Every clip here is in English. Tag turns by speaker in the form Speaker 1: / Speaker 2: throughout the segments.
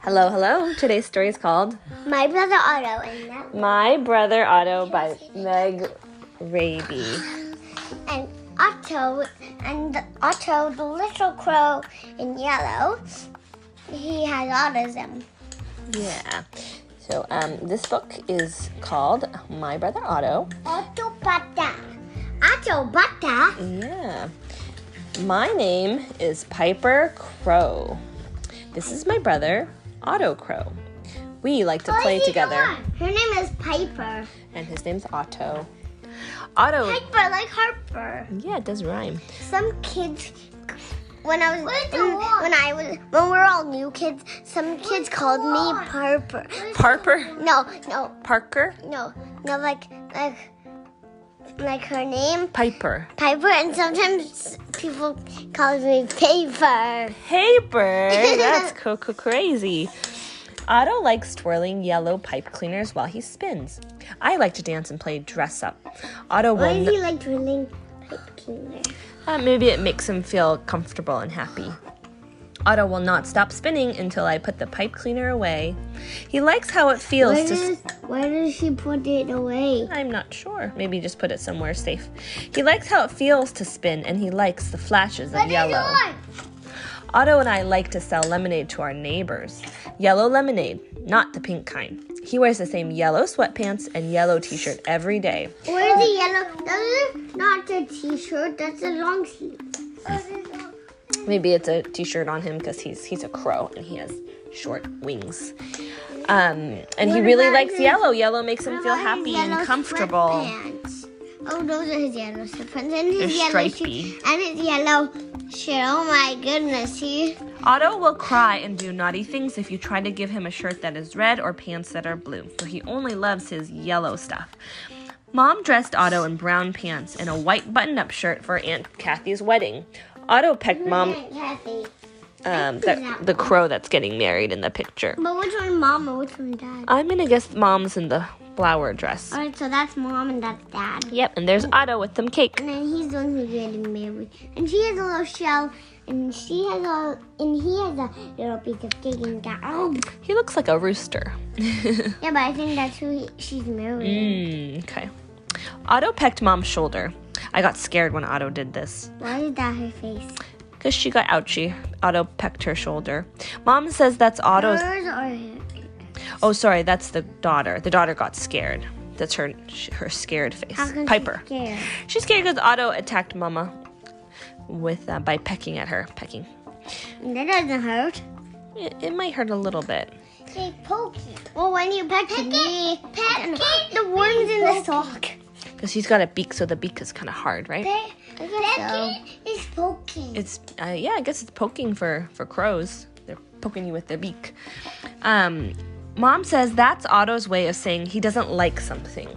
Speaker 1: Hello, hello. Today's story is called
Speaker 2: My brother Otto and that
Speaker 1: My Brother Otto by Meg Raby.
Speaker 2: and Otto and Otto the little crow in yellow. He has autism.
Speaker 1: Yeah. So um, this book is called My Brother Otto.
Speaker 2: Otto Butter. Otto Butter.
Speaker 1: Mm, Yeah. My name is Piper Crow. This is my brother, Otto Crow. We like to play together,
Speaker 2: Her name is Piper.
Speaker 1: and his name's Otto. Otto.
Speaker 2: Piper like Harper.
Speaker 1: Yeah, it does rhyme.
Speaker 2: Some kids when I was
Speaker 3: the
Speaker 2: when, when I was when we we're all new kids, some kids called me Piper.
Speaker 1: Parper.
Speaker 2: No, no,
Speaker 1: Parker.
Speaker 2: no, no, like like like her name
Speaker 1: Piper.
Speaker 2: Piper, and sometimes people call me Paper.
Speaker 1: paper. That's coco crazy. Otto likes twirling yellow pipe cleaners while he spins. I like to dance and play dress up. Otto will.
Speaker 2: Why
Speaker 1: n-
Speaker 2: is he like drilling pipe cleaner?
Speaker 1: uh, maybe it makes him feel comfortable and happy. Otto will not stop spinning until I put the pipe cleaner away. He likes how it feels to. s-
Speaker 2: where does she put it away?
Speaker 1: I'm not sure. Maybe just put it somewhere safe. He likes how it feels to spin, and he likes the flashes of yellow. Otto and I like to sell lemonade to our neighbors. Yellow lemonade, not the pink kind. He wears the same yellow sweatpants and yellow t shirt every day.
Speaker 2: Where's the yellow? That's not a t-shirt. That's a long sleeve.
Speaker 1: Maybe it's a t shirt on him because he's, he's a crow and he has short wings. Um, and he
Speaker 2: What
Speaker 1: really
Speaker 2: about
Speaker 1: likes
Speaker 2: his-
Speaker 1: yellow. Yellow makes him feel
Speaker 2: What about
Speaker 1: happy
Speaker 2: his
Speaker 1: and
Speaker 2: yellow
Speaker 1: comfortable.
Speaker 2: sweatpants? Oh, those are his yellow sweatpants and his
Speaker 1: They're
Speaker 2: yellow
Speaker 1: stripy.
Speaker 2: shirt and his yellow shirt. Oh my goodness, he.
Speaker 1: Otto will cry and do naughty things if you try to give him a shirt that is red or pants that are blue, for he only loves his yellow stuff. Mom dressed Otto in brown pants and a white button up shirt for Aunt Kathy's wedding. Otto pecked Mom,
Speaker 2: Kathy.
Speaker 1: um, the, the crow that's getting married in the picture.
Speaker 2: But which one, mom, or which one, dad?
Speaker 1: I'm gonna guess Mom's in the flower dress.
Speaker 2: All right, so that's mom and that's dad.
Speaker 1: Yep, and there's Otto with some cake.
Speaker 2: And then he's the one who's getting married. And she has a little shell, and she has a, and he has a little piece of cake and got. Oh,
Speaker 1: He looks like a rooster.
Speaker 2: yeah, but I think that's who he, she's
Speaker 1: Mm,
Speaker 2: marrying.
Speaker 1: okay. Otto pecked Mom's shoulder. I got scared when Otto did this.
Speaker 2: Why is that her face?
Speaker 1: because she got ouchy. Otto pecked her shoulder. Mom says that's Otto's.
Speaker 2: Hers or her?
Speaker 1: Oh, sorry, that's the daughter. The daughter got scared. That's her sh- her scared face.
Speaker 2: How come
Speaker 1: Piper.
Speaker 2: She's scared?
Speaker 1: She's scared because Otto attacked Mama with uh, by pecking at her. Pecking.
Speaker 2: And that doesn't hurt.
Speaker 1: It, it might hurt a little bit.
Speaker 2: They poke it. Well, when you peck, peck it, peck it, the worms in the sock.
Speaker 1: Because he's got a beak, so the beak is kind of hard, right?
Speaker 2: Peck, peck it is poking.
Speaker 1: It's uh, yeah, I guess it's poking for for crows. They're poking you with their beak. Um, Mom says that's Otto's way of saying he doesn't like something.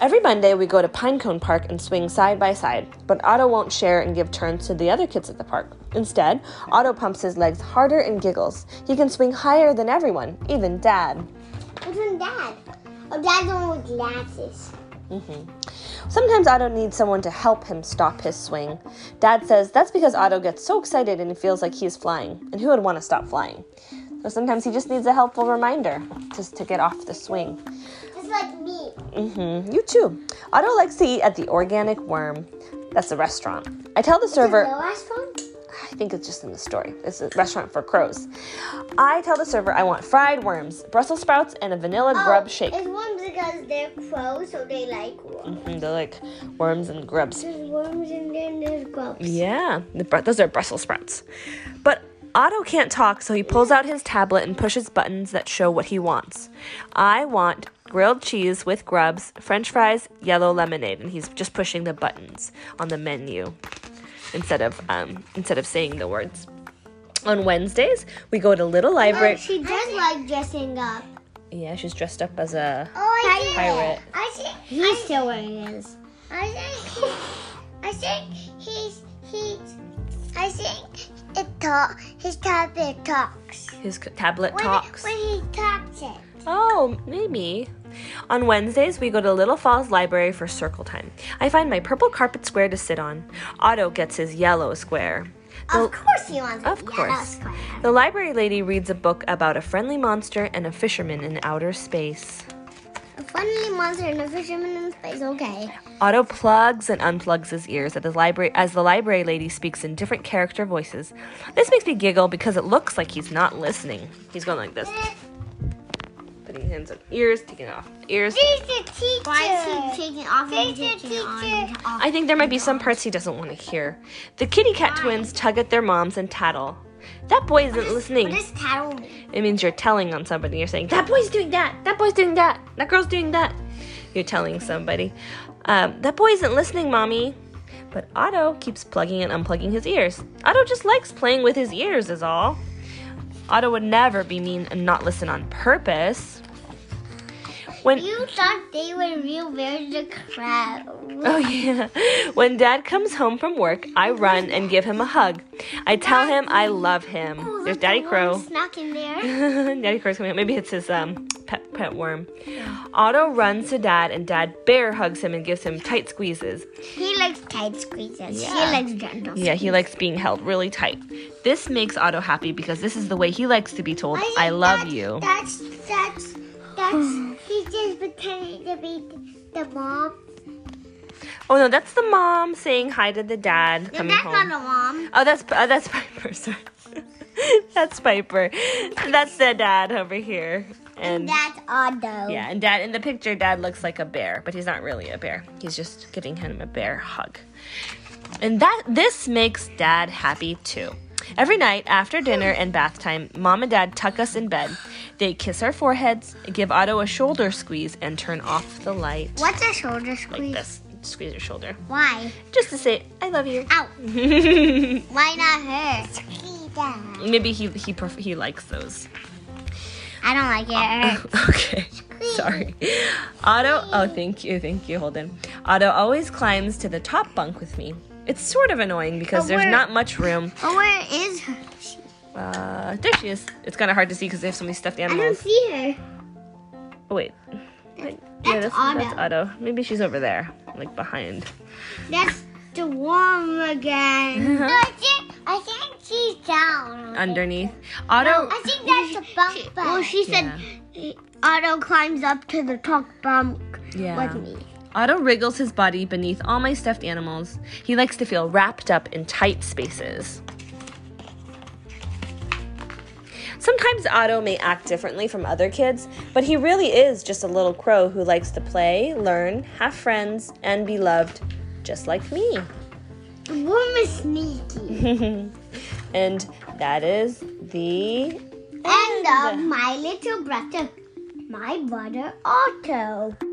Speaker 1: Every Monday we go to Pinecone Park and swing side by side, but Otto won't share and give turns to the other kids at the park. Instead, Otto pumps his legs harder and giggles. He can swing higher than everyone, even Dad.
Speaker 2: Which one, dad? Oh, dad's the one with glasses.
Speaker 1: Sometimes Otto needs someone to help him stop his swing. Dad says that's because Otto gets so excited and he feels like he's flying, and who would want to stop flying? So sometimes he just needs a helpful reminder just to get off the swing.
Speaker 2: Just like me.
Speaker 1: Mm, you too. Otto likes to eat at the Organic Worm. That's a restaurant. I tell the server.
Speaker 2: The restaurant?
Speaker 1: I think it's just in the story. It's a restaurant for crows. I tell the server I want fried worms, Brussels sprouts, and a vanilla
Speaker 2: Oh,
Speaker 1: grub shake.
Speaker 2: It's one because they're crows, so they like worms.
Speaker 1: Mm, they're like worms and grubs.
Speaker 2: There's worms in there and there's grubs.
Speaker 1: Yeah, the, br- those are Brussels sprouts. But Otto can't talk, so he pulls out his tablet and pushes buttons that show what he wants. I want grilled cheese with grubs, french fries, yellow lemonade, and he's just pushing the buttons on the menu instead of um, instead of saying the words. On Wednesdays, we go to Little Library.
Speaker 2: Oh, She does like dressing up.
Speaker 1: Yeah, she's dressed up as a
Speaker 2: Oh, I see.
Speaker 1: Pirate.
Speaker 2: I see. He's still wearing his. I think. I think he's he's. I think it talk. His tablet talks.
Speaker 1: his c- tablet
Speaker 2: When,
Speaker 1: talks.
Speaker 2: When he talks it.
Speaker 1: Oh, maybe. On Wednesdays, we go to Little Falls Library for circle time. I find my purple carpet square to sit on. Otto gets his yellow square.
Speaker 2: Of course he wants it.
Speaker 1: Of
Speaker 2: Yeah, that
Speaker 1: course.
Speaker 2: was clever.
Speaker 1: The library lady reads a book about a friendly monster and a fisherman in outer space.
Speaker 2: A friendly monster and a fisherman in space. Okay.
Speaker 1: Otto plugs and unplugs his ears at the library as the library lady speaks in different character voices. This makes me giggle because it looks like he's not listening. He's going like this, putting his hands on ears, taking it off ears.
Speaker 2: He's the teacher.
Speaker 3: Why is he taking off and
Speaker 2: Teacher,
Speaker 3: taking on and
Speaker 2: teacher.
Speaker 3: off?
Speaker 1: I think there might be some parts he doesn't want to hear. The kitty cat twins tug at their moms and tattle. That boy isn't
Speaker 3: What
Speaker 1: listening.
Speaker 3: does tattle mean?
Speaker 1: It means you're telling on somebody. You're saying, that boy's doing that. That boy's doing that. That girl's doing that. You're telling somebody. Um, that boy isn't listening, mommy. But Otto keeps plugging and unplugging his ears. Otto just likes playing with his ears, is all. Otto would never be mean and not listen on purpose. When
Speaker 3: You thought they were real bears the crab.
Speaker 1: Oh, yeah. When dad comes home from work, I run and give him a hug. I tell him I love
Speaker 2: Oh,
Speaker 1: him. There's Daddy Crow.
Speaker 3: Snuck in there.
Speaker 1: Daddy Crow's coming up. Maybe it's his um, pet, pet worm. Otto runs to dad, and dad bear hugs him and gives him tight squeezes.
Speaker 3: He likes tight squeezes.
Speaker 1: Yeah.
Speaker 3: He likes gentle.
Speaker 1: Yeah, he likes being held really tight. This makes Otto happy because this is the way he likes to be told,
Speaker 2: think
Speaker 1: I love
Speaker 2: that's-
Speaker 1: you.
Speaker 2: That's that's that's he's just pretending to be the mom.
Speaker 1: Oh, no, that's the mom saying hi to the dad coming
Speaker 3: That's not
Speaker 1: home.
Speaker 3: a mom.
Speaker 1: Oh, that's uh, that's Piper. Sorry. that's Piper. That's the dad over here. And
Speaker 2: That's odd though.
Speaker 1: yeah, and dad in the picture, dad looks like a bear, but he's not really a bear. He's just giving him a bear hug. And that this makes dad happy too. Every night after dinner and bath time, mom and dad tuck us in bed. They kiss our foreheads, give Otto a shoulder squeeze, and turn off the light.
Speaker 3: What's a shoulder
Speaker 1: Like
Speaker 3: squeeze?
Speaker 1: this. Squeeze your shoulder.
Speaker 3: Why?
Speaker 1: Just to say, I love you.
Speaker 3: Ow. Why not her?
Speaker 1: Maybe he he pref- he likes those.
Speaker 3: I don't like it.
Speaker 1: Uh,
Speaker 3: It
Speaker 1: okay. Sorry. Otto, oh, thank you, thank you, Holden. Otto always climbs to the top bunk with me. It's sort of annoying because there's
Speaker 3: where-
Speaker 1: not much room.
Speaker 3: Oh, where is her?
Speaker 1: Uh, there she is. It's kind of hard to see because they have so many stuffed
Speaker 3: I don't
Speaker 1: animals.
Speaker 3: see her.
Speaker 1: Oh, wait. Wait,
Speaker 3: that's
Speaker 1: that's Otto. Maybe she's over there, like behind.
Speaker 3: That's the worm again.
Speaker 2: No, I think I think she's down.
Speaker 1: Underneath. Otto,
Speaker 2: I think that's the bunk bed.
Speaker 3: Well, Oh, she said Otto climbs up to the top bunk
Speaker 1: yeah.
Speaker 3: with me.
Speaker 1: Otto wriggles his body beneath all my stuffed animals. He likes to feel wrapped up in tight spaces. Sometimes Otto may act differently from other kids, but he really is just a little crow who likes to play, learn, have friends, and be loved, just like me.
Speaker 3: The worm is sneaky.
Speaker 1: And that is the
Speaker 3: uh, and of my little brother, my brother Otto.